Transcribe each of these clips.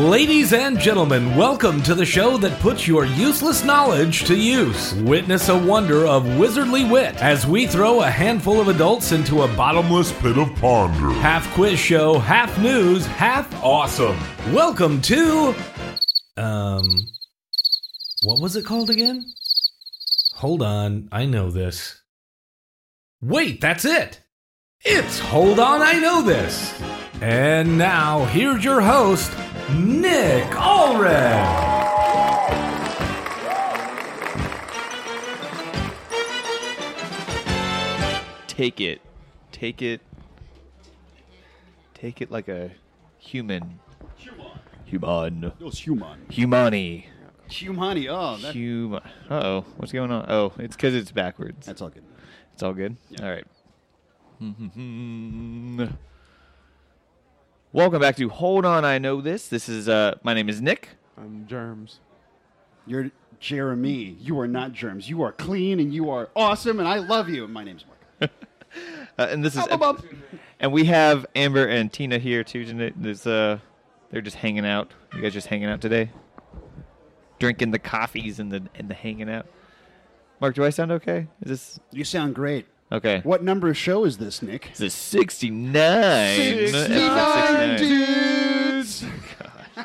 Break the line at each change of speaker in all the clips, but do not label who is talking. Ladies and gentlemen, welcome to the show that puts your useless knowledge to use. Witness a wonder of wizardly wit as we throw a handful of adults into a bottomless
Pit of Ponder.
half quiz show, half news, half awesome. Welcome to um what was it called again? Hold on, I know this. Wait, that's it. It's Hold On, I Know This. And now here's your host, Nick Allred.
take it take it take it like a human human
It was Human.
humani
Humani. Oh, that,
human uh-oh what's going on oh it's because it's backwards
that's all good.
it's all good all right welcome back to hold on i know this this is uh my name is nick
I'm germs.
You're Jeremy. You are not germs. You are clean and you are awesome and I love you. And my name's Mark.
uh, and this is
Up, up, up.
and we have amber and tina here too tonight this uh they're just hanging out you guys just hanging out today drinking the coffees and the and the hanging out mark do i sound okay is this
You sound great.
okay
What number of show is this, Nick?
It's a 69. 69,
dudes.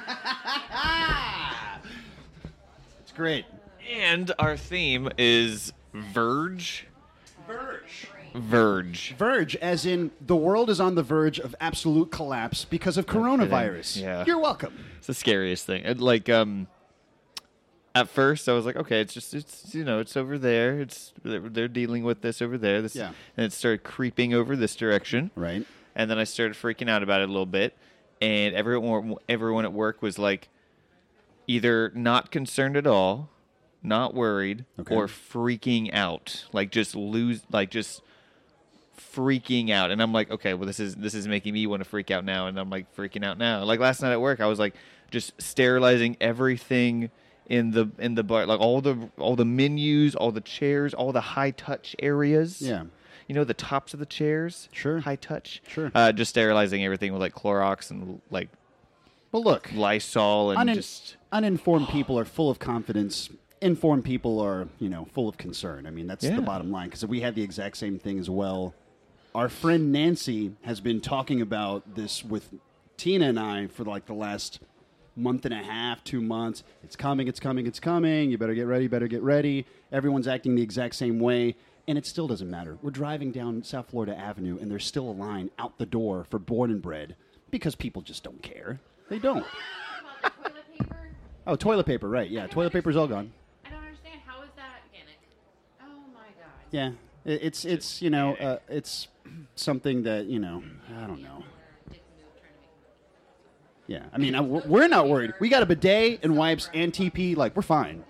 it's great.
And our theme is Verge. Verge. Verge.
Verge, as in the world is on the verge of absolute collapse because of coronavirus.
Yeah.
You're welcome.
It's the scariest thing. And like, um, at first I was like, okay, it's just, it's, you know, it's over there. It's, they're, they're dealing with this over there. This,
Yeah.
And it started creeping over this direction.
Right.
and then I started freaking out about it a little bit. And everyone, everyone at work was like, either not concerned at all, not worried,
Okay.
or freaking out, like just lose, like just freaking out. And I'm like, okay, well, this is this is making me want to freak out now, and I'm like freaking out now. Like last night at work, I was like just sterilizing everything in the in the bar, like all the all the menus, all the chairs, all the high touch areas.
Yeah.
You know the tops of the chairs.
Sure.
High touch.
Sure.
Uh, just sterilizing everything with like Clorox and like
Well, look.
Lysol and
Unin-
just
uninformed people are full of confidence. Informed people are, you know, full of concern. I mean, that's
Yeah.
the bottom line. Because we had the exact same thing as well. Our friend Nancy has been talking about this with Tina and I for like the last month and a half, two months. It's coming, it's coming, it's coming. You better get ready, better get ready. Everyone's acting the exact same way. And it still doesn't matter. We're driving down South Florida Avenue, and there's still a line out the door for born and bred because people just don't care. They don't.
toilet paper?
Oh, toilet paper, right. Yeah, toilet paper's all gone.
I don't understand. How is that organic? Oh my god.
Yeah. I- It's, it's you know, uh, it's something that, you know, I don't know. Yeah. I mean, I, we're we're not worried. We got a bidet and wipes and TP. Like, we're fine.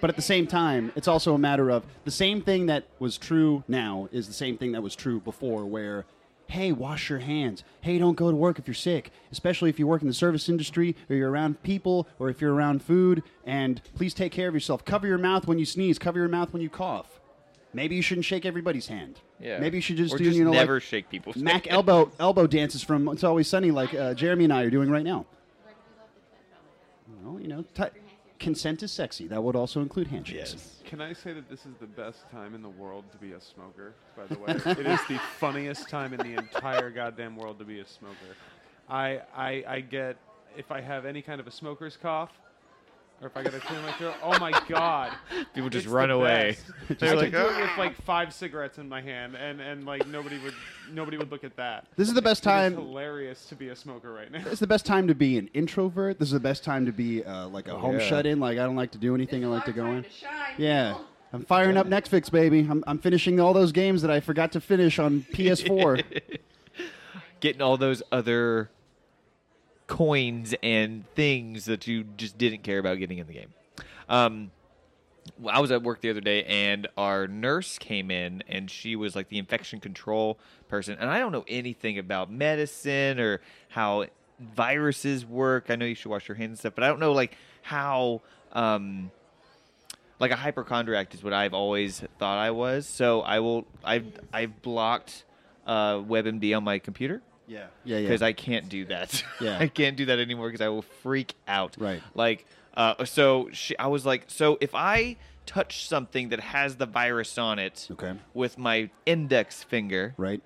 But at the same time, it's also a matter of the same thing that was true now is the same thing that was true before, where, hey, wash your hands. Hey, don't go to work if you're sick, especially if you work in the service industry or you're around people or if you're around food. And please take care of yourself. Cover your mouth when you sneeze, cover your mouth when you cough. Maybe you shouldn't shake everybody's hand.
yeah.
Maybe you should just
or
do
just
you know
never
like,
shake people's
Mac elbow elbow dances from It's Always Sunny, like uh, Jeremy and I are doing right now. Well, you know, t- consent is sexy. That would also include handshakes.
Can I say that this is the best time in the world to be a smoker? By the way, it is the funniest time in the entire goddamn world to be a smoker. I, I I get if I have any kind of a smoker's cough, or if I gotta clear my throat. Oh my god!
People just
It's
run
the
away.
best.
They're
I
like, "Ah!"
could do it with like five cigarettes in my hand, and and like nobody would nobody would look at that.
This is the best
It is
time.
hilarious to be a smoker right now.
It's the best time to be an introvert. This is the best time to be uh, like a home
yeah.
shut-in. Like I don't like to do anything. I like to go in.
To shine,
Yeah,
people.
I'm firing up Netflix, baby. I'm, I'm finishing all those games that I forgot to finish on PS4.
getting all those other coins and things that you just didn't care about getting in the game. Um, well, I was at work the other day, and our nurse came in, and she was like the infection control person. And I don't know anything about medicine or how viruses work. I know you should wash your hands and stuff, but I don't know like how. Um, like a hypochondriac is what I've always thought I was. So I will I've I've blocked uh, WebMD on my computer,
Yeah. Yeah. Yeah.
because I can't do that.
Yeah.
I can't do that anymore because I will freak out.
Right.
Like, uh, so she, I was like, so if I touch something that has the virus on it
Okay.
with my index finger,
right.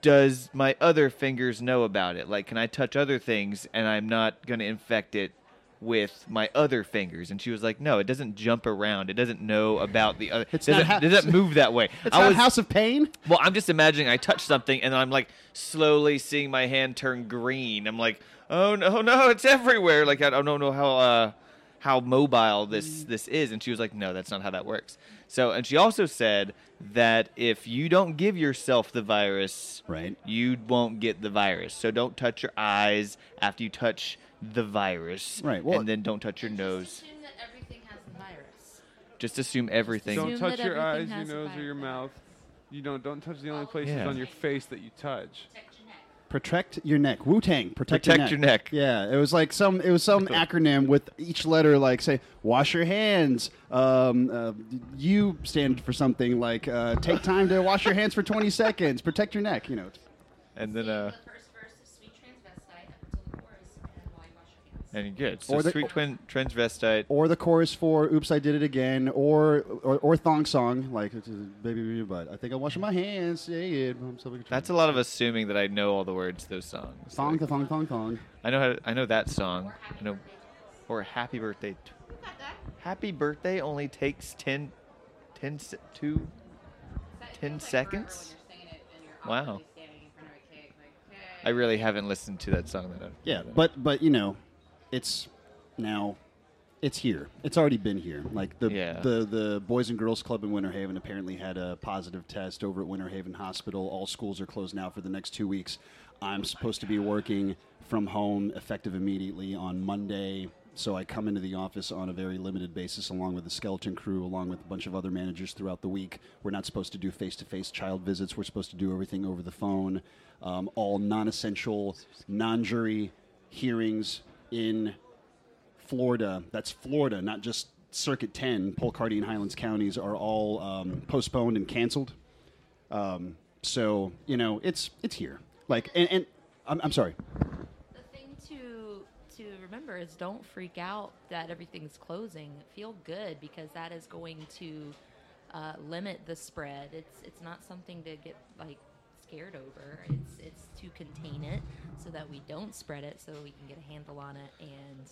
does my other fingers know about it? Like, can I touch other things and I'm not going to infect it with my other fingers? And she was like, no, it doesn't jump around. It doesn't know about the other.
It's not
doesn't,
how-
doesn't move that way.
It's
I
not
was-
House of Pain.
well, I'm just imagining I touch something and I'm like slowly seeing my hand turn green. I'm like, oh no, no, it's everywhere. Like I I don't know how uh, how mobile this this is. And she was like, no, that's not how that works. So, and she also said that if you don't give yourself the virus,
Right.
you won't get the virus. So don't touch your eyes after you touch the virus,
Right, well-
and then don't touch your
Just
nose.
assume that everything has the virus.
Just assume everything.
Don't
Assume
touch
that
your eyes,
everything
your
has a
nose, or
virus.
your mouth. You don't don't touch the only places
Oh. Yeah.
on your face that you touch.
Protect
Protect your
your neck.
neck. Wu Tang. Protect,
Protect your neck.
Yeah, it was like some. It was some acronym with each letter. Like say, wash your hands. Um, uh, you stand for something like uh, take time to wash your hands for twenty seconds. Protect your neck. You know.
And then uh,
the first verse of Sweet Transvestite up until the chorus and why wash your hands.
and you're good. So
Or the-
sweet twin transvestite.
Or the chorus for "Oops, I Did It Again," or or, or thong song like it's, uh, "Baby, baby, but I think I'm washing my hands." Yeah, yeah. I'm so
That's a lot of assuming that I know all the words to those songs.
thong,
Like,
thong, thong, thong, thong.
I know how to, I know that song.
Or happy
I know,
birthday to
or Happy Birthday. T-
us. Who got that?
Happy Birthday only takes 10, 10, se- two.
That- it
10
feels like forever when
seconds?
you're singing it and you're
Wow.
awkwardly standing in front of a cake, like,
I
hey.
really haven't listened to that song that I've
Yeah,
that-
but but you know, it's now, it's here. It's already been here. Like the
Yeah.
the the Boys and Girls Club in Winter Haven apparently had a positive test over at Winter Haven Hospital. All schools are closed now for the next two weeks. I'm supposed to be working from home effective immediately on Monday. So I come into the office on a very limited basis, along with the skeleton crew, along with a bunch of other managers throughout the week. We're not supposed to do face-to-face child visits. We're supposed to do everything over the phone. Um, all non-essential, non-jury hearings in Florida. That's Florida, not just Circuit 10. Polcardi and Highlands counties are all um, postponed and canceled. Um, so you know, it's it's here. Like, and, and I'm, I'm sorry.
The thing to to remember is don't freak out that everything's closing. Feel good because that is going to uh, limit the spread. It's it's not something to get like scared over. It's it's to contain it so that we don't spread it, so we can get a handle on it and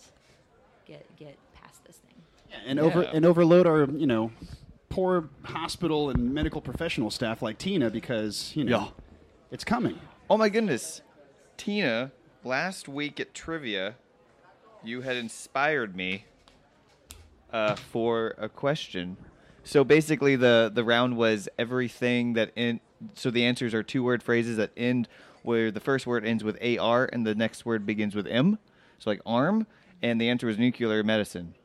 get get past this thing.
and over
Yeah.
and overload our you know poor hospital and medical professional staff like Tina because you know
Yeah.
it's coming.
Oh my goodness, Tina! Last week at trivia, you had inspired me uh, for a question. So basically, the the round was everything that in. So the answers are two word phrases that end where the first word ends with ar and the next word begins with m. So like arm, and the answer was nuclear medicine.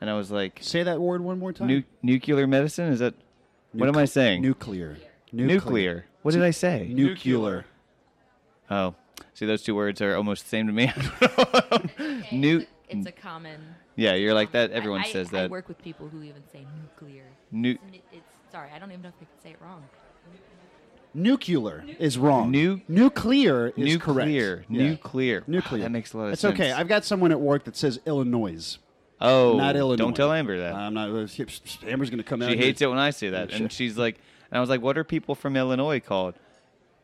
And I was like,
Say that word one more time.
nu- nuclear medicine is that? what am I saying?
Nuclear.
Nuclear. What did I say?
Nuclear.
Oh, see, those two words are almost the same to me.
Okay,
New,
it's a, it's a common.
yeah, you're like that.
I-
Everyone
I-
says
I
that.
work with people who even say nuclear.
Nu-
It's nu- it's sorry, I don't even know if I can say it wrong.
Nuclear is wrong.
Nu-
nuclear is
nuclear,
correct. Yeah.
nuclear, Ah,
Nuclear.
That makes a lot of
it's
sense.
It's okay. I've got someone at work that says Illinois.
oh,
not Illinois. Uh,
Don't tell Amber that.
I'm not. Amber's going to come out.
she
here.
hates it when I say that,
Sure.
and she's like, and I was like, what are people from Illinois called?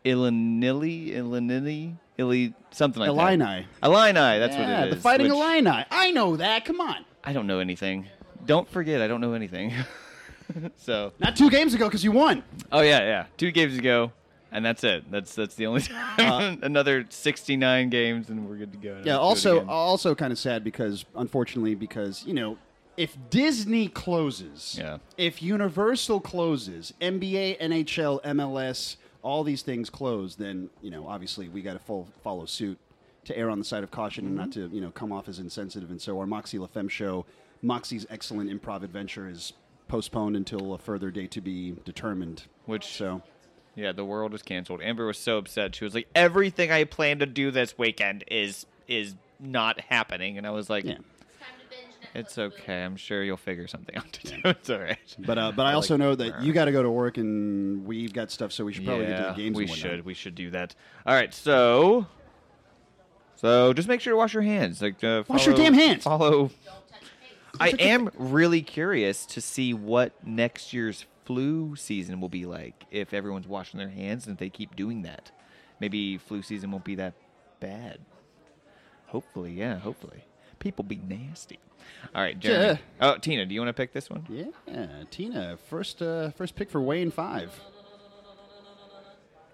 Illinois, Illinois, Illy, something like
Illini.
that. Illini. That's
yeah,
what it is.
the Fighting
which-
Illini. I know that. Come on.
I don't know anything. Don't forget, I don't know anything. so,
Not two games ago because you won.
oh yeah, yeah, two games ago, and that's it. That's that's the only time. Another sixty-nine games, and we're good to go.
Uh, Yeah.
Do it
Also,
again.
also kind of sad because unfortunately, because you know, if Disney closes,
Yeah.
if Universal closes, NBA, NHL, MLS, all these things close, then you know, obviously, we got to fol- follow suit to err on the side of caution and not
Mm-hmm.
to you know come off as insensitive. And so, our Moxie LaFemme show, Moxie's excellent improv adventure, is postponed until a further date to be determined.
Which-
so.
yeah, the world was canceled. Amber was so upset. She was like, "Everything I planned to do this weekend is is not happening," and I was like,
Yeah.
It's time to binge now.
It's okay. I'm sure you'll figure something out to do. It's all right.
But uh, but I
I
also
like
know that
burn.
you got to go to work and we've got stuff, so we should probably get to the games.
we
and whatnot.
should. We should do that. All right. So, so just make sure to wash your hands. Like, uh,
Wash your
follow-
damn hands!
Follow. I
Such a good
am really curious to see what next year's flu season will be like if everyone's washing their hands and if they keep doing that. Maybe flu season won't be that bad. Hopefully, yeah. Hopefully, people be nasty. All right, Jeremy. Oh, Tina, do you want to pick this one?
Yeah, Tina, first uh, first pick for Wayne five.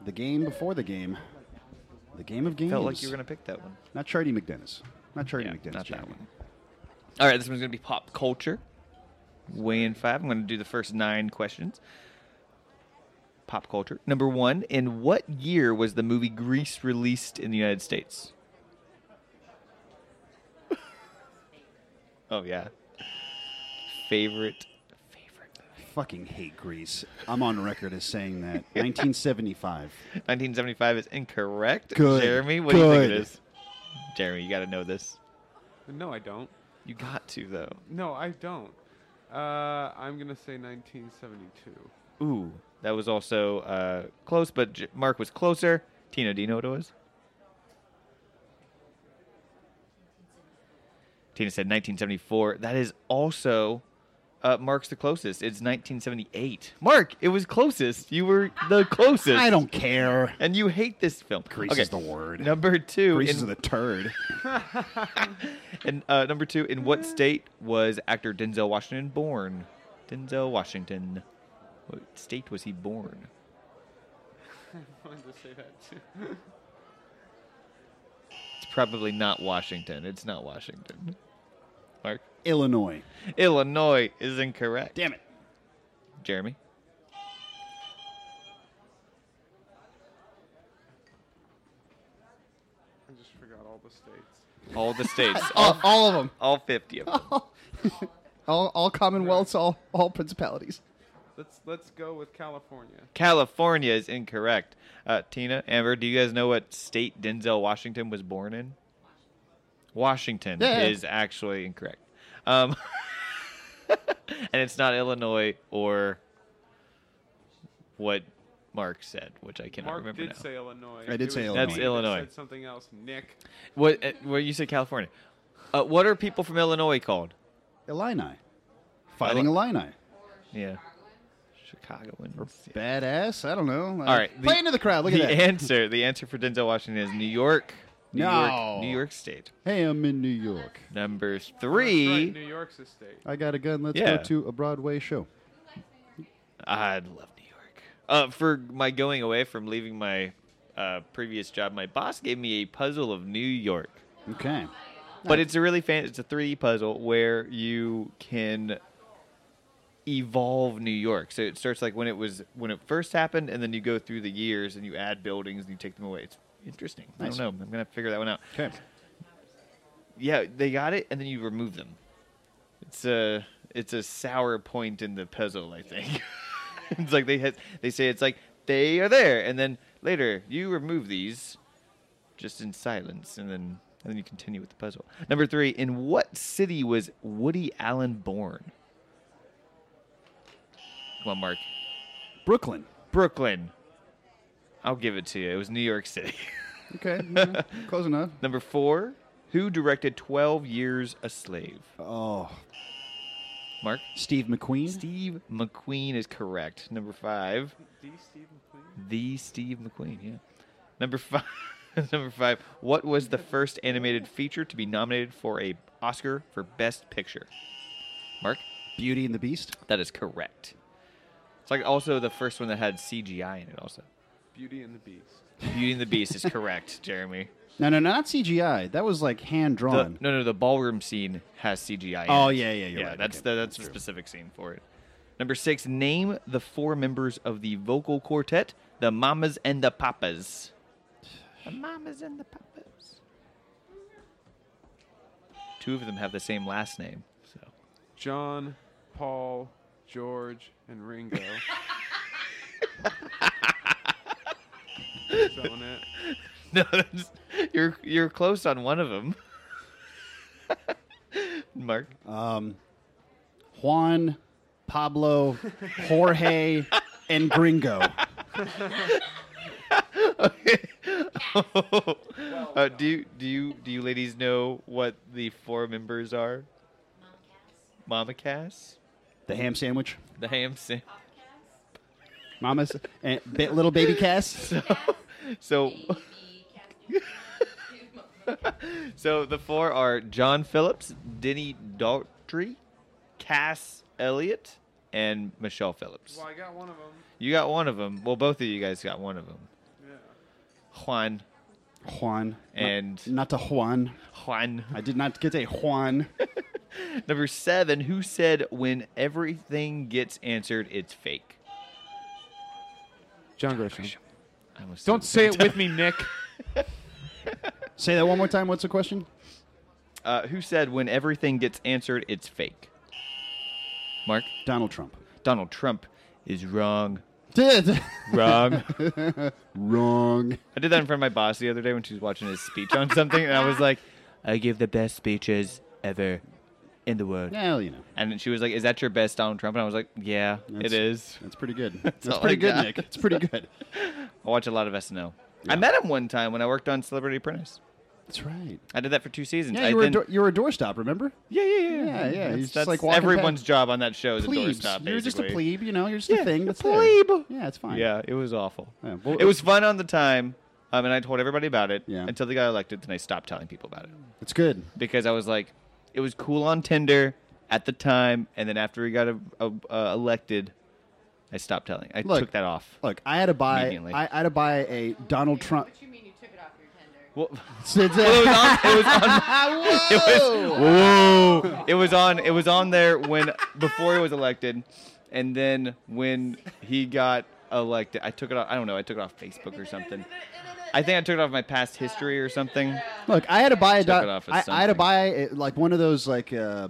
The game before the game, the game of games.
Felt like you were gonna pick that one.
Not Charity McDennis. Not Charity
Yeah,
McDennis.
not that
Jeremy.
one. All right, this one's going to be pop culture. Way in five. I'm going to do the first nine questions. Pop culture. Number one, in what year was the movie Grease released in the United States? oh, yeah. Favorite, favorite movie.
Fucking hate Greece. I'm on record as saying that. 1975.
1975 is incorrect.
Good,
Jeremy, what do you think
good.
it is? Jeremy, you got to know this.
No, I don't.
You got to, though.
No, I don't. Uh, I'm gonna say 1972.
Ooh, that was also uh, close, but J- Mark was closer. Tina, do you know what it was? Tina said 1974. That is also uh, Mark's the closest. It's 1978. Mark, it was closest. You were the closest.
I don't care.
And you hate this film.
Grease
okay.
is the word.
Number two.
Greece
in-
is the turd.
and uh, number two, in what state was actor Denzel Washington born? Denzel Washington. What state was he born?
I wanted to say that too.
It's probably not Washington. It's not Washington. Mark.
Illinois.
Illinois is incorrect.
Damn it.
Jeremy.
I just forgot all the states.
All the states. all,
All, all of them.
all 50 of them.
All, all commonwealths, all, all principalities.
Let's let's go with California.
California is incorrect. Uh, Tina, Amber, do you guys know what state Denzel Washington was born in? Washington
Yeah.
is actually incorrect. Um, and it's not Illinois or what Mark said, which I cannot
Mark
remember
did
now.
say Illinois.
I did
It
say
was
Illinois.
That's
me that
Illinois.
Said something else, Nick.
What? Uh, well, you said California. Uh, what are people from Illinois called?
Illini. Fighting
Ili-
Illini.
Yeah. Chicagoans. yeah.
Badass. I don't know.
All right, the-
Play into the crowd. Look
the
at that.
answer. The answer for Denzel Washington is New York. New
No.
York. New York State.
Hey, I'm in New York.
Number
That's
three.
right, New York's a state.
I got a gun. Let's
Yeah.
go to a Broadway show.
I love New York. Uh, for my going away from leaving my uh, previous job, my boss gave me a puzzle of New York.
Okay.
But it's a really fan. It's a 3D puzzle where you can evolve New York. So it starts like when it was when it first happened, and then you go through the years and you add buildings and you take them away. It's interesting.
Nice.
I don't know. I'm gonna have to figure that one out.
Okay.
Yeah, they got it, and then you remove them. It's a it's a sour point in the puzzle, I think. it's like they has, they say it's like they are there, and then later you remove these, just in silence, and then and then you continue with the puzzle. Number three, in what city was Woody Allen born? Come on, Mark.
Brooklyn.
Brooklyn. I'll give it to you. It was New York City.
Okay. yeah, Close enough.
Number four, who directed Twelve Years a Slave?
Oh,
Mark.
Steve McQueen.
Steve McQueen is correct. Number five,
D. Stephen Queen.
the Steve McQueen. Yeah. Number five. number five. What was the first animated feature to be nominated for a Oscar for Best Picture? Mark,
Beauty and the Beast.
that is correct. It's like also the first one that had CGI in it. Also,
Beauty and the Beast.
Beauty and the Beast is correct, Jeremy.
No, no, no, not CGI. That was like hand
The,
drawn.
no, no, the ballroom scene has CGI. In
Oh,
it.
yeah, yeah, you're
yeah.
right.
That's
Okay,
the that's, the specific scene for it. Number six, name the four members of the vocal quartet, the Mamas and the Papas. The Mamas and the Papas. Two of them have the same last name, so
John, Paul, George, and Ringo. Is that one it?
no, that's, you're you're close on one of them. Mark.
Juan, Pablo, Jorge, and Gringo.
Uh, do you do you do you ladies know what the four members are? Mama Cass,
The ham sandwich.
the ham sandwich.
Mama's and ba- little baby Cass.
So so the four are John Phillips, Denny Daughtry, Cass Elliott, and Michelle Phillips.
Well, I got one of them.
You got one of them. Well, both of you guys got one of them.
Yeah.
Juan
Juan.
and
Not, not a Juan.
Juan.
I did not get a Juan.
Number seven. Who said when everything gets answered, it's fake?
John Grisham.
I almost
Don't
said-
say it with me, Nick.
Say that one more time. What's the question?
Uh, who said when everything gets answered, it's fake? Mark.
Donald Trump.
Donald Trump is wrong.
Did.
Wrong.
Wrong.
I did that in front of my boss the other day when she was watching his speech on something, and I was like, I give the best speeches ever in the world.
Well, you know,
And then she was like, Is that your best Donald Trump? And I was like, Yeah, it
That's-
is.
that's pretty good. That's,
all
pretty
I
good,
got.
Nick. It's pretty good.
I watch a lot of SNL. I met him one time when I worked on Celebrity Apprentice.
That's right.
I did that for two seasons.
Yeah,
I
you were, a
then-
door, you were a doorstop, remember?
yeah, yeah, yeah,
Yeah, yeah, he's just
that's
like walking
everyone's job on that show is
Plebes.
a doorstop.
You're just a
basically.
plebe, you know. You're just
Yeah,
a thing.
a
That's There.
plebe.
Yeah, it's fine.
Yeah, it was awful.
Yeah, well-
it was fun on the time, um, and I told everybody about it
Yeah.
until they got elected. Then I stopped telling people about it.
it's good.
because I was like, it was cool on Tinder at the time, and then after he got a, a, uh, elected, I stopped telling. I
Look.
took that off.
Look, I had to buy.
Immediately.
I, I had to buy a Donald Trump.
What you mean you took it off your tender?
Well,
It's
it was
a-
on. It was on. It was, whoa. It was on. It was on there when before he was elected, and then when he got elected, I took it off. I don't know. I took it off Facebook or something. I think I took it off my past history or something.
Look, I had to buy a.
it
Don-
off as
I, I had to
something.
buy a, like one of those like, uh,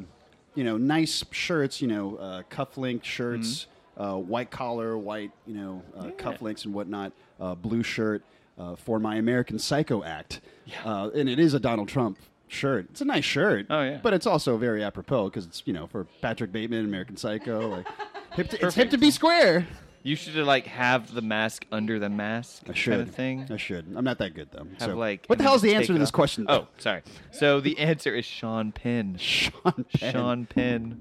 you know, nice shirts. You know, uh, cufflink shirts,
Mm-hmm.
uh, white collar, white you know, uh, cufflinks and whatnot. Uh, blue shirt uh, for my American Psycho act, uh, and it is a Donald Trump shirt. It's a nice shirt.
Oh, yeah.
but it's also very apropos because it's you know for Patrick Bateman, American Psycho. Like, hip to, it's hip to be square.
You should like have the mask under the mask
I should.
kind of thing.
I should. I'm not that good though.
have
So-
like.
what the
and
hell is the
take
answer
it
to this
off.
question?
Oh, sorry. So the answer is Sean Penn.
Sean Penn.
Sean Penn,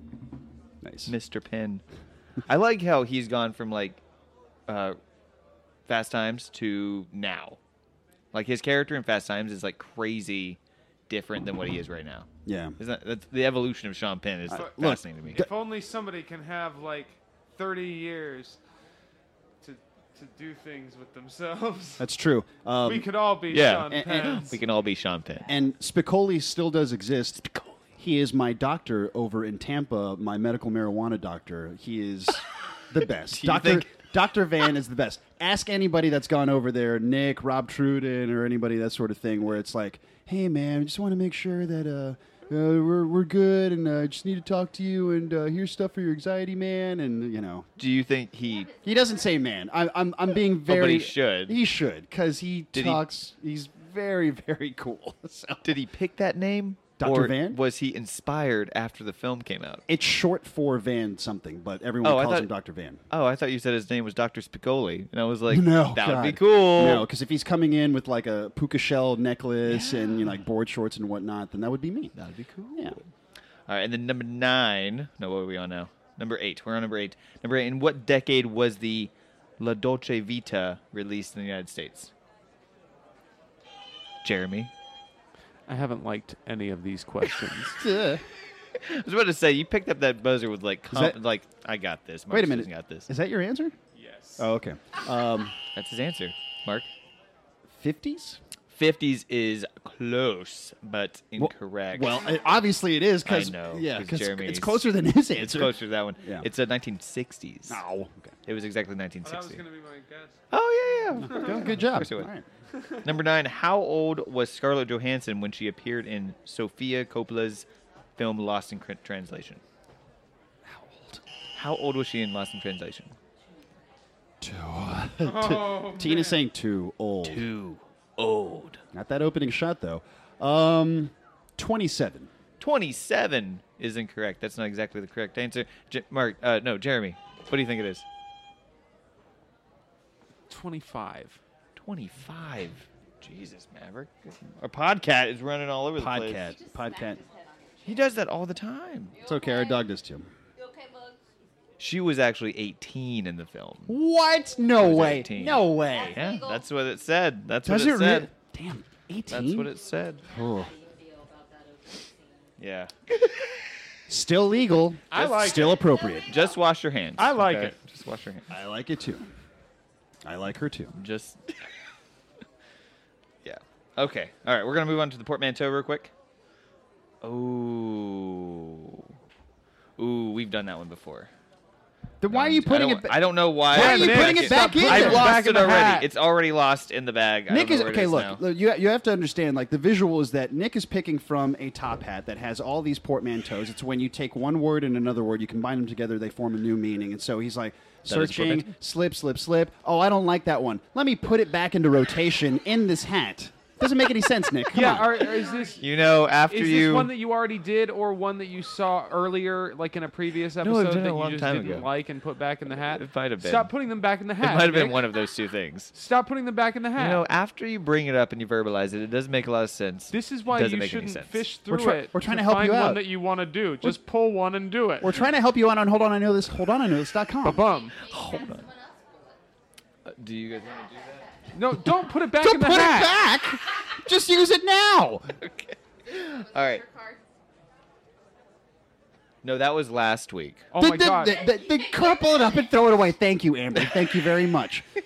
Nice.
Mr. Penn. I like how he's gone from like uh, Fast Times to now. Like his character in Fast Times is like crazy different than what he is right now.
Yeah.
Isn't that, that's the evolution of Sean Penn is
look,
fascinating to me.
If only somebody can have like 30 years to to do things with themselves.
That's true. Um,
we could all be
yeah.
Sean
And-
Penn.
and-
We can all be Sean Penn.
and Spicoli still does exist. He is my doctor over in Tampa, my medical marijuana doctor. He is the best.
you
Doctor
think-
Dr. Van is the best. Ask anybody that's gone over there, Nick, Rob Truden, or anybody that sort of thing, where it's like, hey man, just want to make sure that uh, uh, we're we're good, and uh, just need to talk to you, and uh, here's stuff for your anxiety, man, and you know.
Do you think he
He doesn't say man. I, I'm I'm being
Oh, but
very.
he should.
He should because he
Did he-
talks. He's very very cool. So
did he pick that name?
Dr.
Or
Van?
was he inspired after the film came out?
it's short for Van something, but everyone
Oh, I
calls
thought-
him Doctor Van.
Oh, I thought you said his name was Dr. Spicoli. And I was like,
No,
that would be
God.
cool.
No, because if he's coming in with like a puka shell necklace and you know, like board shorts and whatnot, then that would be me.
That'd be cool.
Yeah.
All right, and then number nine. No, what are we on now? Number eight. We're on number eight. Number eight. In what decade was the La Dolce Vita released in the United States? Jeremy.
I haven't liked any of these questions.
Ugh.
I was about to say you picked up that buzzer with like, comp-
that-
like I got this. Mark
Wait a minute.
Susan got this.
Is that your answer?
yes.
Oh, okay. Um,
That's his answer. Mark.
50s.
Fifties is close, but incorrect.
Well, it- obviously it is because
I know,
yeah,
'cause
because
Jeremy's-
it's closer than his
it's
answer.
closer to that one.
Yeah.
It's a 1960s.
No. Okay.
It Oh. was exactly
Oh, that was
1960.
going to be my guess.
oh yeah, yeah.
Good- Good job.
course it would.
All right.
Number nine, how old was Scarlett Johansson when she appeared in Sofia Coppola's film Lost in Cr- Translation? How old? How old was she in Lost in Translation?
Oh,
Tina's saying too old.
Too old.
Not that opening shot though. Um, 27.
Twenty-seven is incorrect. That's not exactly the correct answer. Je- Mark, uh, no, Jeremy. What do you think it is?
25.
25. Jesus, Maverick. Our podcast is running all over the place.
Podcat. Podcat.
He does that all the time.
It's okay. Our dog does too.
She was actually 18 in the film.
What? No
was
way.
18.
No way.
Yeah, that's what it said. That's
Does
what it,
it
said.
really? Damn. 18?
That's what it said.
Oh.
Yeah.
Still legal.
I like
Still appropriate.
Just wash your hands.
I like it.
Just wash your hands.
I like it too. I like her too.
Just. yeah. Okay. All right. We're going to move on to the portmanteau real quick. Oh. Ooh, we've done that one before.
Then why are
Um,
you
I don't,
putting it? Ba-
I don't know why.
Why are
I'm
you
back
putting it
in-
back in
I've
there?
lost
Back in
it
the
already.
hat.
It's already lost in the bag. I
Nick
don't
is
know where it
okay. Look,
now.
look,
You, you have to understand, like the visual is that Nick is picking from a top hat that has all these portmanteaus. It's when you take one word and another word, you combine them together, they form a new meaning. And so he's like searching, slip, slip, slip. Oh, I don't like that one. Let me put it back into rotation in this hat. Doesn't make any sense, Nick. Come
yeah,
on.
are, is this
You know, after
is
you
this one that you already did or one that you saw earlier like in a previous
I've
episode
done it
that
a long
you just
time
didn't
ago.
like and put back in the hat?
It might have been.
Stop putting them back in the
It
hat.
might have been
Nick.
one of those two things.
Stop putting them back in the hat.
You know, after you bring it up and you verbalize it, it doesn't make a lot of sense.
this is why
doesn't
you
make any
shouldn't
sense.
fish through
try-
it.
we're trying to help
find
you out.
one that you want to do. Just pull one and do it.
We're trying to help you out on hold on, I know this, hold on, I know this.com.
bum.
Uh, Do you guys want to do that?
No, don't put it back in
Don't
the
put it
hat.
back. Just use it now.
All right. No, that was last week.
Oh
Then
my god.
then- then- then crumple it up and throw it away. Thank you, Amber. Thank you very much.
I'm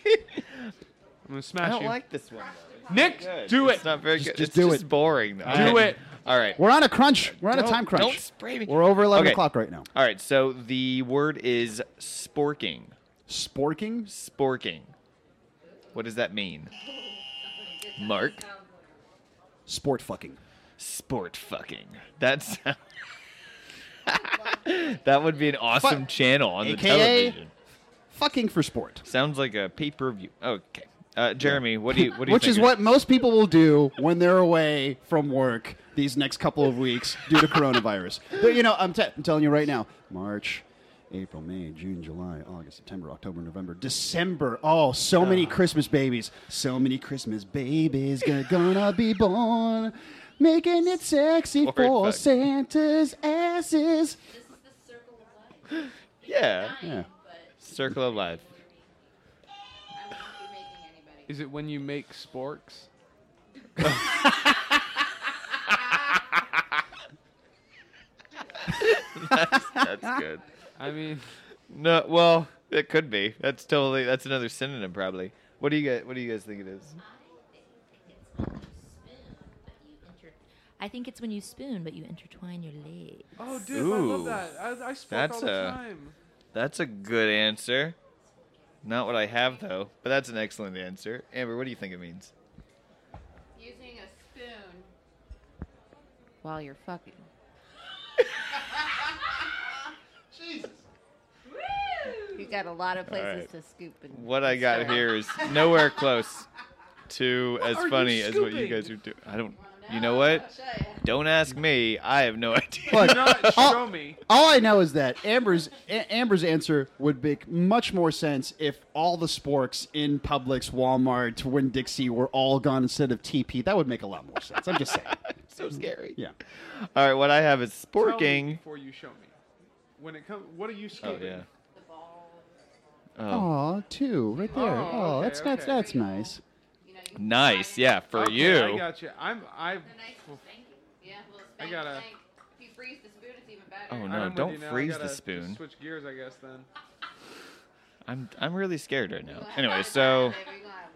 gonna
I
smash
don't
you.
like this one. though.
Nick,
Good.
do
It's
it.
not very
Just-
good.
just
it's
do
just
it.
boring. Though.
Do it.
All right.
We're on a crunch. We're on a
Don't-
time crunch.
Don't spray me.
We're over 11
Okay.
o'clock right now.
All right. So the word is sporking.
Sporking?
Sporking. What does that mean? Mark.
Sport fucking.
Sport fucking. That's. that would be an awesome
Fu-
channel on the
AKA
television.
Fucking for sport.
Sounds like a pay per view. Okay. Uh, Jeremy, what do you what do you
Which
think
is what most people will do when they're away from work these next couple of weeks due to coronavirus. But, you know, I'm, te- I'm telling you right now March, April, May, June, July, August, September, October, November, December. Oh, so
Ah.
many Christmas babies. So many Christmas babies g- gonna be born. Making it sexy
Sport
for
fuck.
Santa's asses.
Yeah.
Yeah.
Circle of life.
Is it when you make sporks?
That's good.
I mean,
No, well, it could be. That's totally. That's another synonym, probably. What do you guys? What do you guys think it is?
I think it's when you spoon, but you intertwine your legs.
oh dude, I
Ooh.
love that. I, I spork
That's
all the
a-
time.
That's a good answer. Not what I have though, but that's an excellent answer. Amber, what do you think it means?
Using a spoon.
While you're fucking.
You got a lot of
places right.
to scoop and
What I got here is nowhere close to as funny as what you guys are doing. I don't. You know what? Don't ask me. I have no idea.
Do not
Oh.
show me.
All I know is that Amber's A- Amber's answer would make much more sense if all the sporks in Publix, Walmart, Winn Dixie were all gone instead of TP. That would make a lot more sense. I'm just saying.
so scary.
Yeah.
All right. What I have is
Tell me
sporking.
before you show me. When it comes, what are you
Oh
skipping?
yeah. Oh,
Aw, two right there.
Oh,
Oh,
okay,
that's that's
okay.
that's nice.
nice. Yeah, for
Okay,
you.
I got you. I'm. I.
Yeah, a little
I gotta-
spank. If you freeze the spoon, it's even better.
Oh, no.
I'm with
don't
you now. I
freeze the
gotta just
spoon.
Switch gears, I guess. Then.
I'm I'm really scared right now. Anyway, so
We're gonna have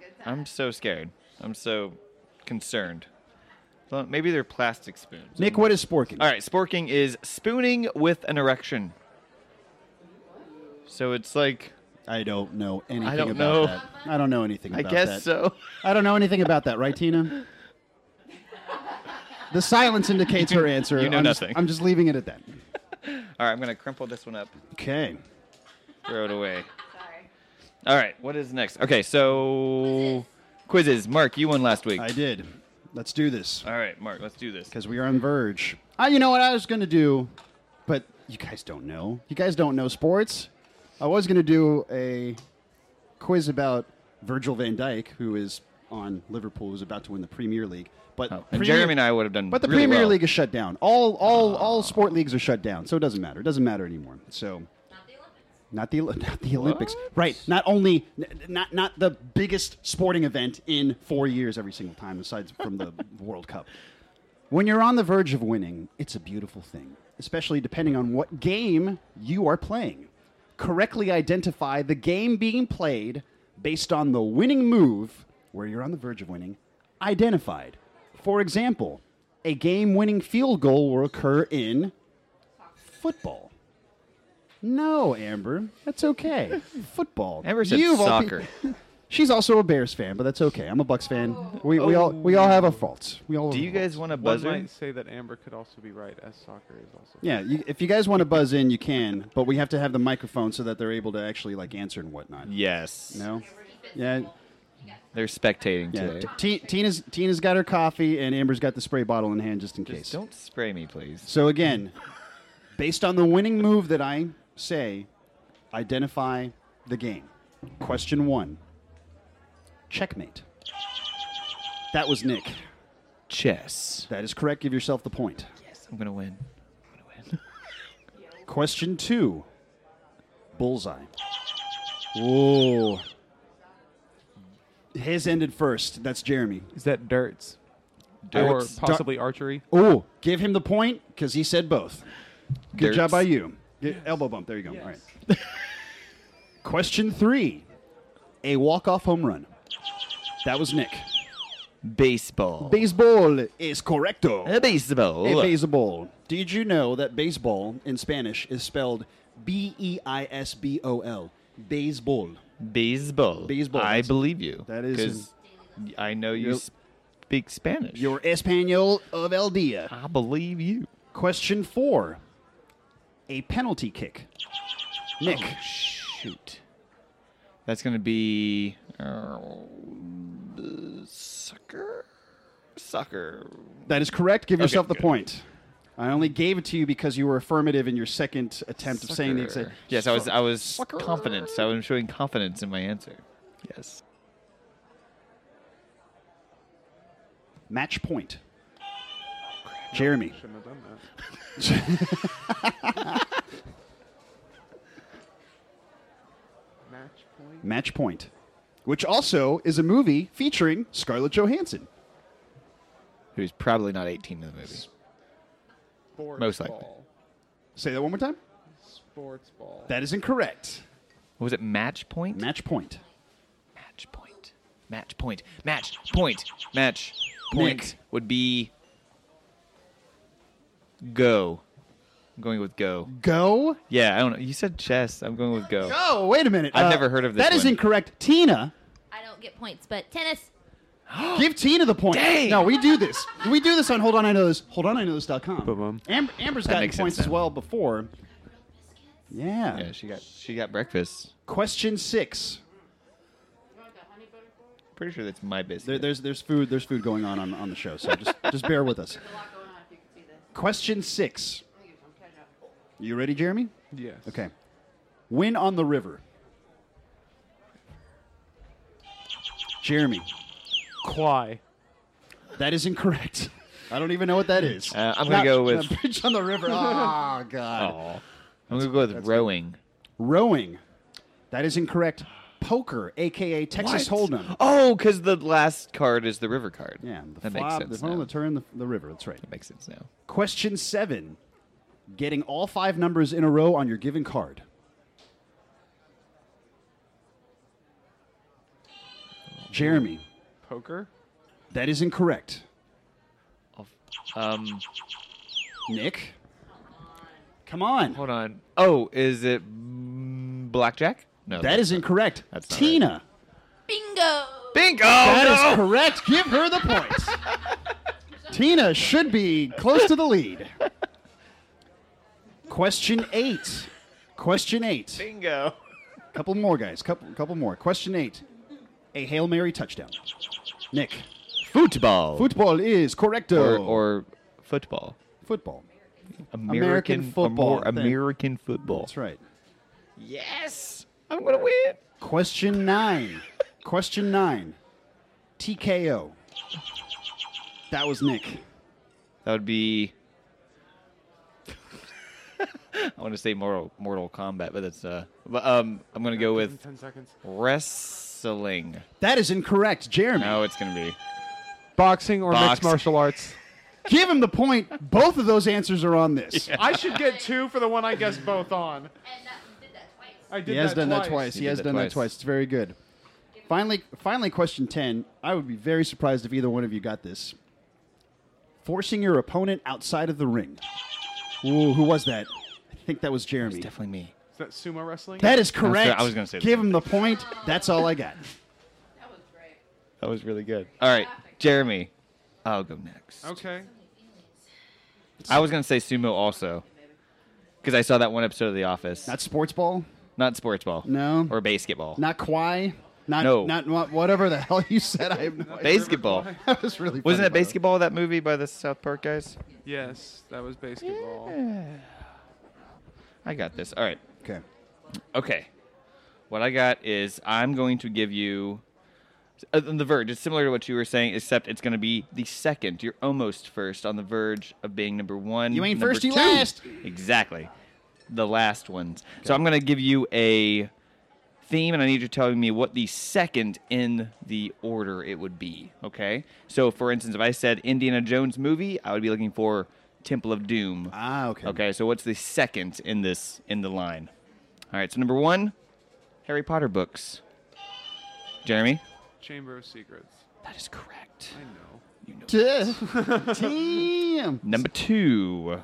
a good time.
I'm so scared. I'm so concerned. Well, maybe they're plastic spoons.
Nick, what is sporking?
All right, sporking is spooning with an erection. So it's like
I don't know anything
don't
about
know.
that. I don't know anything
I
about
guess uh,
that.
so.
I don't know anything about that, right, Tina? The silence indicates her answer.
you know
I'm just-
nothing.
I'm just leaving it at that.
All right, I'm gonna crumple this one up,
Okay.
throw it away.
Sorry.
All right, what is next? Okay, so quizzes. Mark, you won last week.
I did. Let's do this
All right, Mark, let's do this.
because we are on verge. Ah, you know what I was gonna do, but you guys don't know. You guys don't know sports. I was gonna do a quiz about Virgil Van Dyke, who is on Liverpool, who's about to win the Premier League. But
Oh, and
Premier-
Jeremy and I would have done.
But the
really
Premier
well. Ah.
League is shut down. All all all sport leagues are shut down, so it doesn't matter. It doesn't matter anymore. So
Not the Olympics.
not the Oli- not the Olympics, right? Not only n- not not the biggest sporting event in four years every single time, aside from the World Cup. When you're on the verge of winning, it's a beautiful thing, especially depending on what game you are playing. Correctly identify the game being played based on the winning move where you're on the verge of winning identified. For example, a game winning field goal will occur in football. No, Amber, that's okay. Football.
Amber said
You've all pe-
soccer.
She's also a Bears fan, but that's okay. I'm a Bucks fan. We, we all we all have our faults. We all
Oh. Do
have
you
our
guys want a
One
buzzer?
might say that Amber could also be right, as soccer is also.
Yeah, you, if you guys want to buzz in, you can, but we have to have the microphone so that they're able to actually like answer and whatnot.
Yes.
No. Yeah,
They're spectating
yeah.
today.
T- T- Tina's Tina's got her coffee, and Amber's got the spray bottle in hand just in
Just
case.
don't spray me, please.
So again, based on the winning move that I say, identify the game. Question one. Checkmate. That was Nick.
Chess.
That is correct. Give yourself the point.
Yes, I'm gonna win. I'm gonna win.
Question two. Bullseye. Whoa. His ended first. That's Jeremy.
Is that darts?
Darts.
Or possibly archery?
Oh, give him the point because he said both. Good
Dirts.
job by you. Get Elbow bump. There you go. All right. Question three. A walk-off home run. That was Nick.
Baseball.
Baseball is correcto.
Uh, baseball.
A baseball. Did you know that baseball in Spanish is spelled B E I S B O L? Baseball.
Baseball.
Baseball.
I believe you.
That is-
'Cause I know you
You're-
speak Spanish.
Your Espanol of El Dia.
I believe you.
Question four. A penalty kick. Nick.
Shoot. That's gonna be uh, sucker. Sucker.
That is correct. Give yourself the
good.
point. I only gave it to you because you were affirmative in your second attempt of saying uh, the
Sucker.
exact.
Yes, I was. I was confident. I was showing confidence in my answer. Yes.
Match point. Jeremy.
Shouldn't have done that. Match point.
Match point, which also is a movie featuring Scarlett Johansson.
Who's probably not 18 in the movie.
Sports
Most likely.
ball.
Say that one more time.
Sports ball.
That is incorrect.
Was it match point?
Match point.
Match point. Match point. Match point. Match point
Nick.
would be go. I'm going with go.
Go.
Yeah, I don't know. You said chess. I'm going with go.
Oh, wait a minute.
I've never heard of this
That is
one.
incorrect. Tina,
I don't get points, but tennis.
give Tina the point.
Dang.
No, we do this. We do this on Hold On I Know This. Hold On I Know This.com.
Boom.
Amber, Amber's
That
gotten
makes sense
points as
now.
well before.
Yeah, she got she got breakfast.
Question six.
Pretty sure that's my business.
There, there's there's food there's food going on on, on the show, so just just bear with us.
A lot going on if you can see this.
Question six.
I'm gonna give some catch up.
You ready, Jeremy?
Yes.
Okay. Win on the river. Jeremy,
Quai.
that is incorrect. I don't even know what that is.
Uh, I'm gonna
Not-
go with.
uh, bridge on the river. Oh God.
Aw. I'm gonna go with rowing.
Rowing, that is incorrect. Poker, aka Texas Hold'em.
Oh, because the last card is the river card.
Yeah, the
that
fob,
makes sense.
the funnel,
now.
the turn, the, the river. That's right.
That makes sense now.
Question seven: Getting all five numbers in a row on your given card. Jeremy,
Poker.
that is incorrect.
Um,
Nick, come on,
hold on. Oh, is it mm, blackjack? No,
that is incorrect.
That's not
Tina.
Bingo.
bingo.
That is
no!
correct. Give her the points. Tina should be close to the lead. Question eight. Question eight.
bingo.
Couple more guys. Couple couple more. Question eight. A hail mary touchdown. Nick.
Football.
Football is
or,
correcto.
or football.
football.
American,
football,
more
thank-
American football.
That's right.
Yes, I'm gonna win.
Question nine. Question nine. TKO. That was Nick.
That would be. I want to say Mortal Mortal Kombat, but that's uh. But, um, I'm gonna go with
Ten seconds.
wrestling.
That is incorrect, Jeremy.
No, it's gonna be
Boxing or
mixed
mixed
Boxing.
martial arts.
Give him the point. Both of those answers are on this.
I should get two for the one I guessed both on.
And that, you did that twice.
I did
He has
that
done
twice.
that twice.
He
He
did
has
that
done
twice.
that twice. It's very good. Finally, finally, question ten. I would be very surprised if either one of you got this. Forcing your opponent outside of the ring. Ooh, who was that? I think that was Jeremy.
definitely me.
Is that sumo wrestling?
That is
was
correct.
gonna- I was gonna say that.
Give him the point. That's all I got.
That was great.
That was really good. All right, Jeremy, I'll go next.
okay.
I was gonna say sumo also, because I saw that one episode of The Office.
Not sports ball.
Not sports ball.
No.
Or basketball.
Not Kwai. Not
No.
not what, whatever the hell you said. I have no idea.
basketball.
That was really. funny,
Wasn't that
by the way.
basketball that movie by the South Park guys?
Yes, that was basketball.
I got this. All right.
Okay.
Okay. What I got is I'm going to give you uh, on the verge. It's similar to what you were saying, except it's going to be the second. You're almost first on the verge of being number one.
You ain't
number
first, you
two.
last.
Exactly. The last ones. So I'm going to give you a theme, and I need you to tell me what the second in the order it would be. Okay. So for instance, if I said Indiana Jones movie, I would be looking for Temple of Doom.
Ah, okay.
Okay, so what's the second in this in the line? All right, so number one, Harry Potter books. Jeremy,
Chamber of Secrets.
that is correct.
I know.
Damn.
Number two,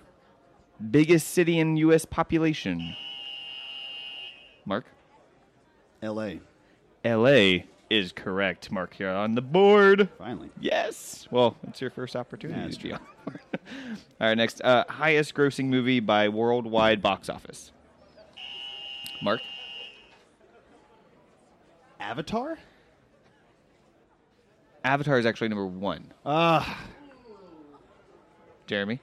biggest city in U.S. population. Mark,
L.A.
L.A. is correct. Mark, you're on the board.
Finally.
Yes. Well, it's your first opportunity.
Yeah, that's
to be on the board. All right, next, uh, highest grossing movie by worldwide box office. Mark,
Avatar.
Avatar is actually number one.
Ah.
Jeremy.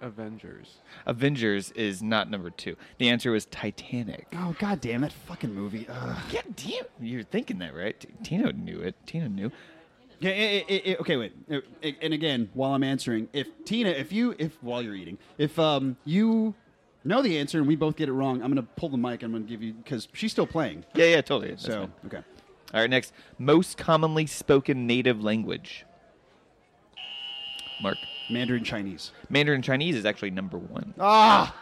Avengers.
Avengers is not number two. The answer was Titanic.
oh god damn that fucking movie. Ugh.
God damn, you're thinking that, right? T- Tino knew it. Tino knew.
Yeah, eh, i- i- i- okay, wait. Uh, i- And again, while I'm answering, if Tina, if you, if while you're eating, if um you know the answer and we both get it wrong, I'm gonna pull the mic. I'm gonna give you because she's still playing.
Yeah, yeah, totally. That's
So
fine.
okay,
all right, next most commonly spoken native language. Mark,
Mandarin Chinese.
Mandarin Chinese is actually number one.
Ah,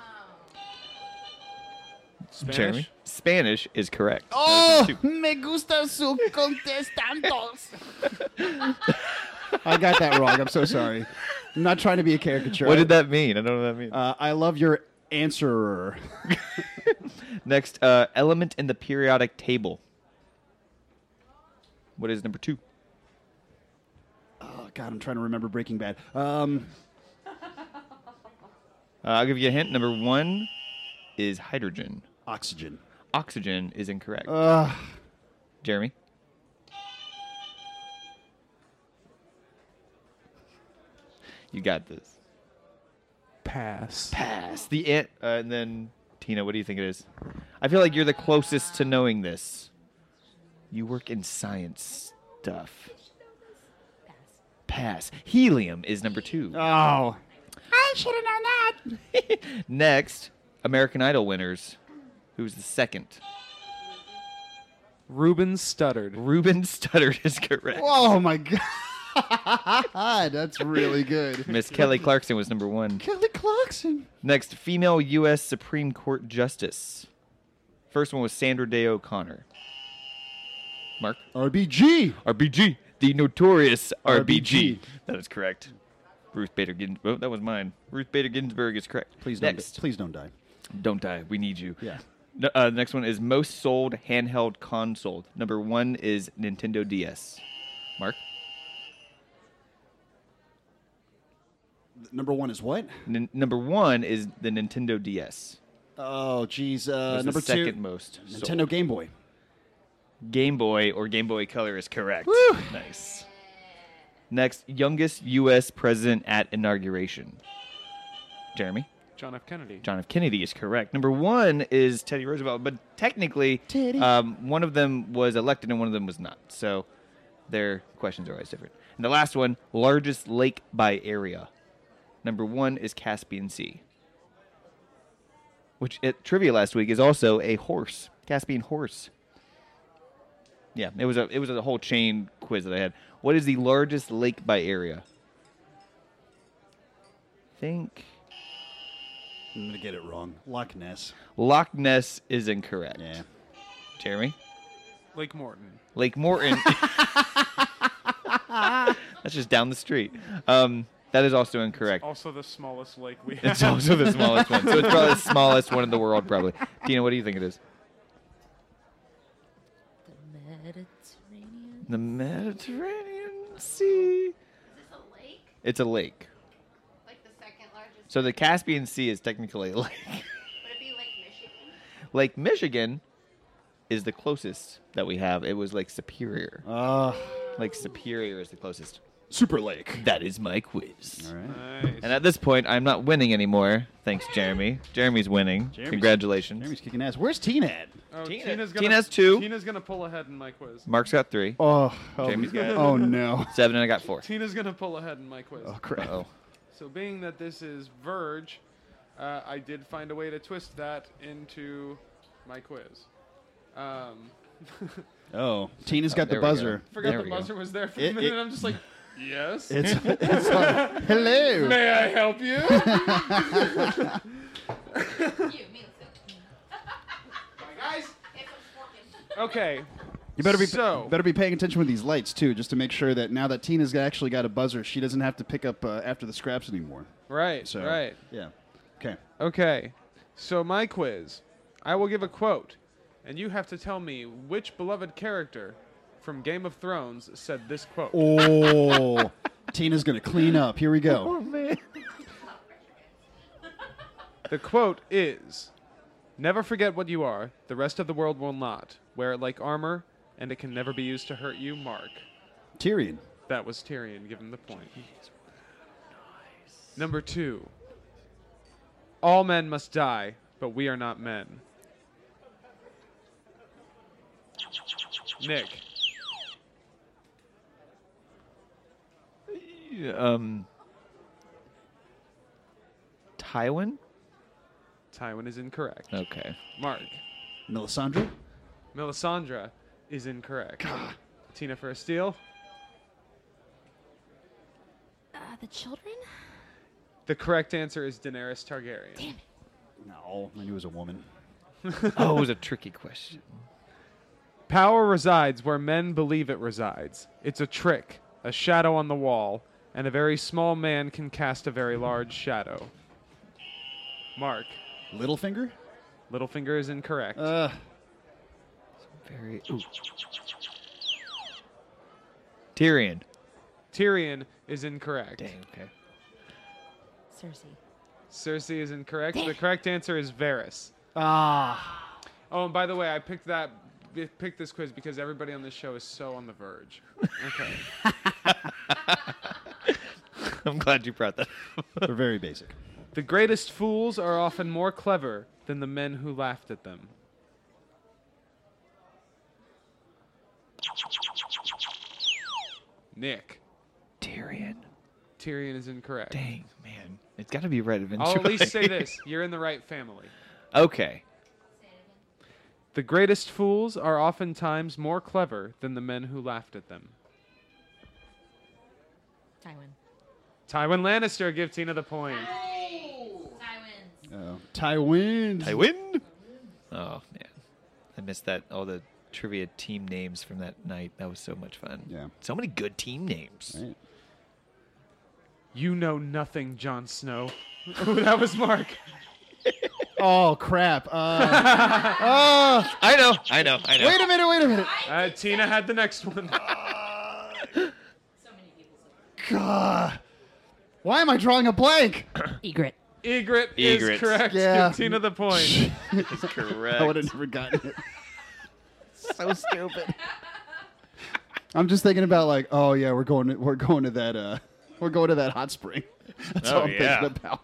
Spanish.
Jeremy, Spanish is correct.
Oh, me gusta su contestantos.
I got that wrong. I'm so sorry. I'm not trying to be a caricature.
What did that mean? I don't know what that means.
Uh, I love your answerer.
next, uh, element in the periodic table. What is number two?
Oh god, I'm trying to remember Breaking Bad. Um,
Uh, I'll give you a hint. Number one is hydrogen.
oxygen.
Oxygen is incorrect.
Ugh.
Jeremy. You got this.
Pass.
Pass the ant, uh, and then Tina. What do you think it is? I feel like you're the closest to knowing this. You work in science stuff. Pass. Helium is number two.
Uh.
Oh,
Next, American Idol winners. Who's the second?
Ruben stuttered.
Ruben Studdard is correct.
oh my god, that's really good.
Miss Kelly Clarkson was number one.
Kelly Clarkson.
Next, female U.S. Supreme Court Justice. First one was Sandra Day O'Connor. Mark?
RBG.
RBG. The notorious RBG.
RBG.
That is correct. Ruth Bader Ginsburg. Oh, that was mine. Ruth Bader Ginsburg is correct.
Please don't.
Next.
Please don't die.
Don't die. We need you.
Yeah.
No, uh, next one is most sold handheld console. Number one is Nintendo DS. Mark?
Number one is what?
N- number one is the Nintendo DS.
Oh, geez.
It
Uh,
was
number
the second
two,
most.
Nintendo
sold.
Game Boy.
Game Boy or Game Boy Color is correct. Nice. Next, youngest U.S. president at inauguration. Jeremy.
John F. Kennedy.
John F. Kennedy is correct. Number one is Teddy Roosevelt, but technically, um, one of them was elected and one of them was not. So their questions are always different. And the last one, largest lake by area. Number one is Caspian Sea, which at trivia last week is also a horse, Caspian horse. Yeah, it was a it was a whole chain quiz that I had. What is the largest lake by area? Think
I'm gonna get it wrong. Loch Ness.
Loch Ness is incorrect.
Yeah.
Jeremy?
Lake Morton.
Lake Morton. That's just down the street. Um, that is also incorrect.
Also the smallest lake we have.
It's also the smallest one. So it's probably the smallest one in the world, probably. Tina, what do you think it is?
The Mediterranean.
The Mediterranean Sea.
Is this a lake?
It's a lake.
Like the second largest?
So the Caspian Sea is technically a lake.
Would it be Lake Michigan?
Lake Michigan is the closest that we have. It was Lake Superior.
Uh,
Lake Superior is the closest.
Super Lake.
That is my quiz.
All right.
Nice.
And at this point, I'm not winning anymore. Thanks, Jeremy. Jeremy's winning.
Jeremy's-
Congratulations.
Jeremy's kicking ass. Where's Tina at?
Oh,
Tina-
Tina's gonna,
Tina's two.
Tina's gonna pull ahead in my quiz.
Mark's got three.
Oh, oh,
Jamie's got it.
oh no.
Seven, and I got four.
Tina's gonna pull ahead in my quiz.
Oh crap.
Oh,
So being that this is Verge, uh, I did find a way to twist that into my quiz. Um,
Oh, Tina's got
there
the
we go.
buzzer.
forgot
There
the
we go.
buzzer was there for
It-
a minute.
it-
and I'm just like, yes.
It's, it's like, hello.
May I help you?
you, me, let's go.
guys.
If it's working.
Okay.
You better be
So-
better be paying attention with these lights too, just to make sure that now that Tina's got- actually got a buzzer, she doesn't have to pick up uh, after the scraps anymore.
Right.
So
Right.
Yeah. Okay.
Okay. So my quiz. I will give a quote, and you have to tell me which beloved character from Game of Thrones said this quote.
Oh, Tina's gonna clean up. Here we go.
The quote is Never forget what you are, the rest of the world will not. Wear it like armor, and it can never be used to hurt you, Mark.
Tyrion.
That was Tyrion, given the point. Number two All men must die, but we are not men. Nick,
um, Tywin.
Tywin is incorrect.
Okay.
Mark,
Melisandre.
Melisandre is incorrect. Tina for a steal.
Uh, the children?
The correct answer is Daenerys Targaryen.
No, I knew it was a woman.
Oh, it was a tricky question.
Power resides where men believe it resides. It's a trick, a shadow on the wall, and a very small man can cast a very large shadow. Mark,
Littlefinger.
Littlefinger is incorrect.
Uh,
Very. Ooh. Tyrion.
Tyrion is incorrect.
Dang. Okay.
Cersei.
Cersei is incorrect. The correct answer is Varys.
ah,
Oh, and by the way, I picked that I picked this quiz because everybody on this show is so on the verge. Okay.
I'm glad you brought that. up.
they're very basic.
the greatest fools are often more clever than the men who laughed at them. Nick.
Tyrion.
Tyrion is incorrect.
Dang, man. It's got to be right eventually.
I'll at least say this you're in the right family.
Okay.
The greatest fools are oftentimes more clever than the men who laughed at them.
Tywin.
Tywin Lannister, give Tina the point.
Tywin.
Uh, Tywin.
Tywin. Oh man, I missed that. All the trivia team names from that night. That was so much fun.
Yeah.
So many good team names.
Right.
You know nothing, Jon Snow. Ooh, that was Mark.
Oh crap. Uh,
I know. I know. I know.
wait a minute. Wait a minute.
Uh, Tina had the next one.
So many people.
God. Why am I drawing a blank?
Egret.
Egret
Egret.
is correct.
Yeah.
Give Tina the point.
Correct.
I would have never gotten it.
so stupid. I'm just thinking about like, oh yeah, we're going to we're going to that uh we're going to that hot spring. That's
Oh,
all I'm
yeah.
thinking about.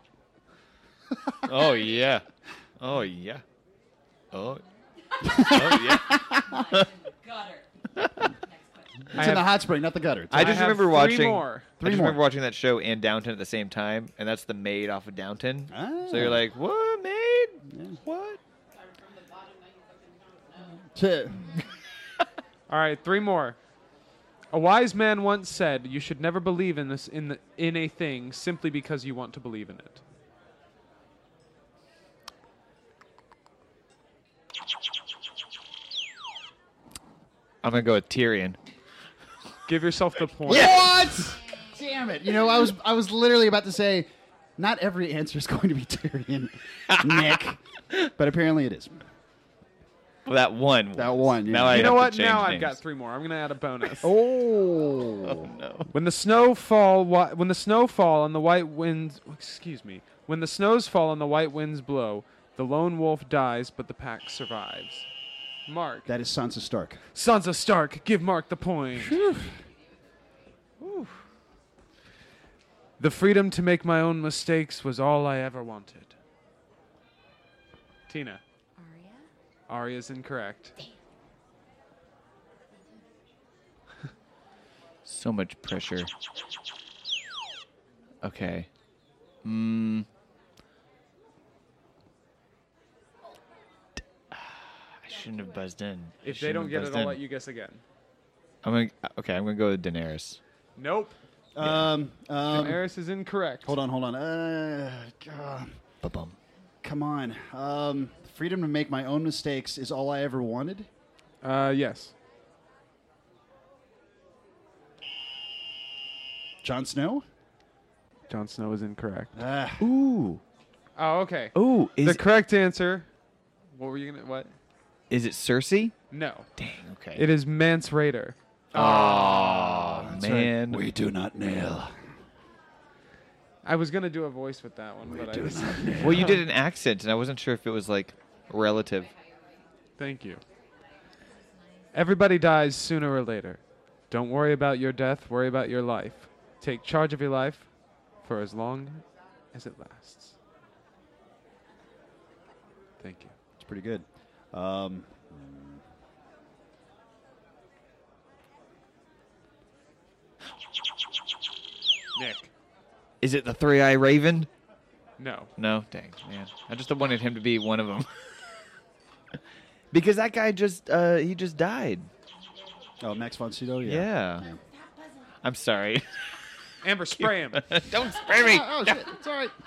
Oh yeah. Oh yeah. Oh. oh yeah.
Gutter.
It's in the hot spring, not the gutter. It's
I just
have
remember
three
watching.
more.
I
Three
just
more.
remember watching that show and Downton at the same time, and that's the maid off of Downton.
Ah.
So you're like, what maid? What?
Shit.
All right, three more. A wise man once said, "You should never believe in this in the, in a thing simply because you want to believe in it."
I'm gonna go with Tyrion.
Give yourself the point.
What? Damn it! You know, I was I was literally about to say, not every answer is going to be Tyrion, Nick, but apparently it is.
Well, that one.
That
was.
one, yeah.
Now I
You know
have to
what?
change
Now I've
names.
got three more. I'm gonna add a bonus.
Oh.
Oh,
When the snow fall, wi- when the snow fall and the white winds, excuse me, when the snows fall and the white winds blow, the lone wolf dies, but the pack survives. Mark,
That is Sansa Stark.
Sansa Stark, give Mark the point. Whew. The freedom to make my own mistakes was all I ever wanted. Tina,
Arya?
Arya's incorrect.
So much pressure. Okay. Mm. I shouldn't have buzzed in. I
If they
shouldn't
don't
have
get it,
buzzed
I'll
in.
let you guess again.
I'm gonna okay. I'm gonna go with Daenerys.
Nope.
Um, um,
Daenerys is incorrect.
hold on, hold on. Uh, God.
Ba-bum.
Come on. Um, freedom to make my own mistakes is all I ever wanted.
Uh, yes.
Jon Snow?
Jon Snow is incorrect.
Ah,
Uh,
Ooh,
Oh, okay.
ooh. Is
the
it,
correct answer. What were you gonna? What?
is it Cersei?
No.
Dang. Okay.
It is Mance Raider.
Oh, man.
we do not nail.
I was gonna do a voice with that one, but I just,
Well, you did an accent, and I wasn't sure if it was like relative.
thank you. Everybody dies sooner or later. Don't worry about your death. Worry about your life. Take charge of your life for as long as it lasts. Thank you.
It's pretty good. Um,
Nick.
Is it the Three Eye Raven?
No.
No, dang, man. I just wanted him to be one of them. because that guy just uh he just died.
oh, Max von Sydow?
Yeah.
Yeah.
I'm sorry.
Amber, spray him.
Don't spray me.
oh shit! It's all right.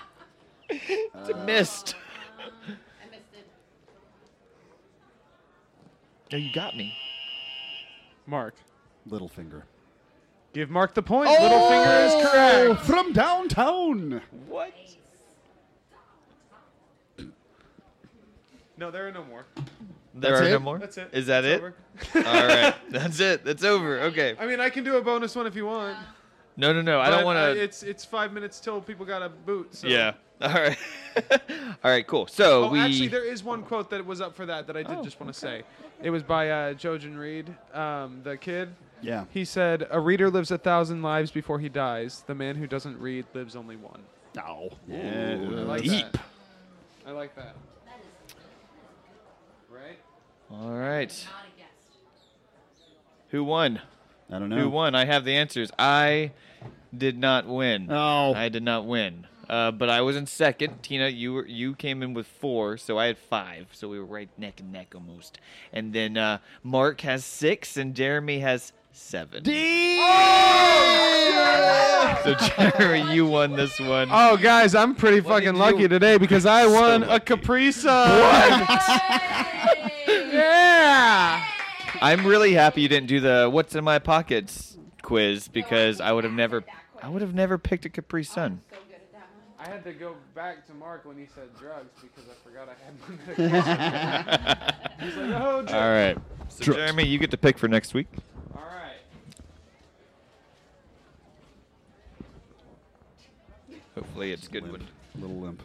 It's a mist.
I missed it.
No, you got me.
Mark.
Littlefinger.
Give Mark the point.
Oh!
Littlefinger is
Oh,
correct.
From downtown.
What?
No, there are no more.
There
That's
are no
it?
more.
That's it.
Is that
It's
it?
over.
All right. That's it. That's over. Okay.
I mean, I can do a bonus one if you want.
No, no, no. I don't
but,
want
uh,
to.
It's it's five minutes till people got a boot. So.
Yeah. All right. All right. Cool. So
Oh,
we.
actually, there is one quote that was up for that that I did just want to say. It was by uh, Jojen Reed, um, the kid.
Yeah.
He said, "A reader lives a thousand lives before he dies. The man who doesn't read lives only one."
No.
I
Yeah.
like
Deep.
that. I like that. Right.
All right.
Not a guest.
Who won?
I don't
Who
know.
won? I have the answers. I did not win.
Oh.
I did not win. Uh, but I was in second. Tina, you were, you came in with four, so I had five. So we were right neck and neck almost. And then uh, Mark has six, and Jeremy has seven. Oh! So Jeremy, you won this one.
Oh, guys, I'm pretty
What did
fucking
you-
lucky today because I won a
lucky.
Capri Sun. yeah.
I'm really happy you didn't do the "What's in my pockets" quiz because I would have never, I would have never picked a Capri Sun.
So good at that one.
I had to go back to Mark when he said drugs because I forgot I had my medication. He's like, oh, drugs.
All right. So Jeremy, you get to pick for next week.
All right.
Hopefully, it's a good
Limp.
one.
Little limp.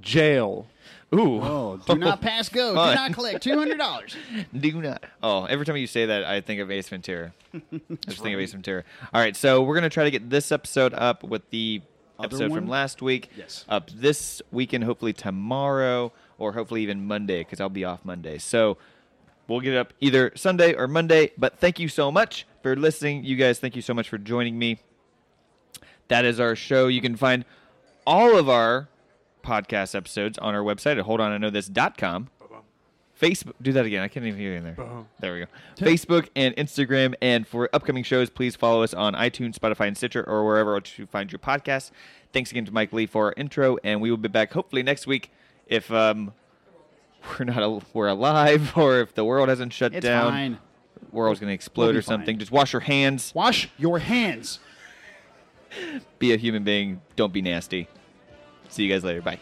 Jail.
Ooh.
Oh, do not pass go. Do
Fine.
not collect two hundred dollars.
Do not. Oh, every time you say that, I think of Ace Ventura. I just think of Ace Ventura. All right, so we're gonna try to get this episode up with the
Other
episode from
one?
last week.
Yes.
Up this weekend, hopefully tomorrow, or hopefully even Monday, because I'll be off Monday. So we'll get it up either Sunday or Monday. But thank you so much for listening, you guys. Thank you so much for joining me. That is our show. You can find all of our podcast episodes on our website at holdonanotthis.com. Facebook, do that again. I can't even hear you in there.
Uh-huh.
There we go. Facebook and Instagram. And for upcoming shows, please follow us on iTunes, Spotify, and Stitcher, or wherever else you find your podcast. Thanks again to Mike Lee for our intro, and we will be back hopefully next week if um, we're not al- we're alive or if the world hasn't shut
It's
down.
fine.
World's gonna explode
be
or something.
fine.
Just wash your hands.
Wash your hands.
Be a human being. Don't be nasty. See you guys later. Bye.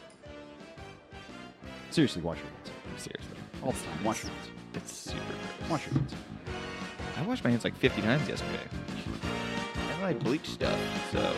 Seriously, wash your hands.
Seriously.
All the time. Wash your hands.
It's super. gross.
Wash your hands.
I washed my hands like 50 times yesterday. And I bleached stuff, so.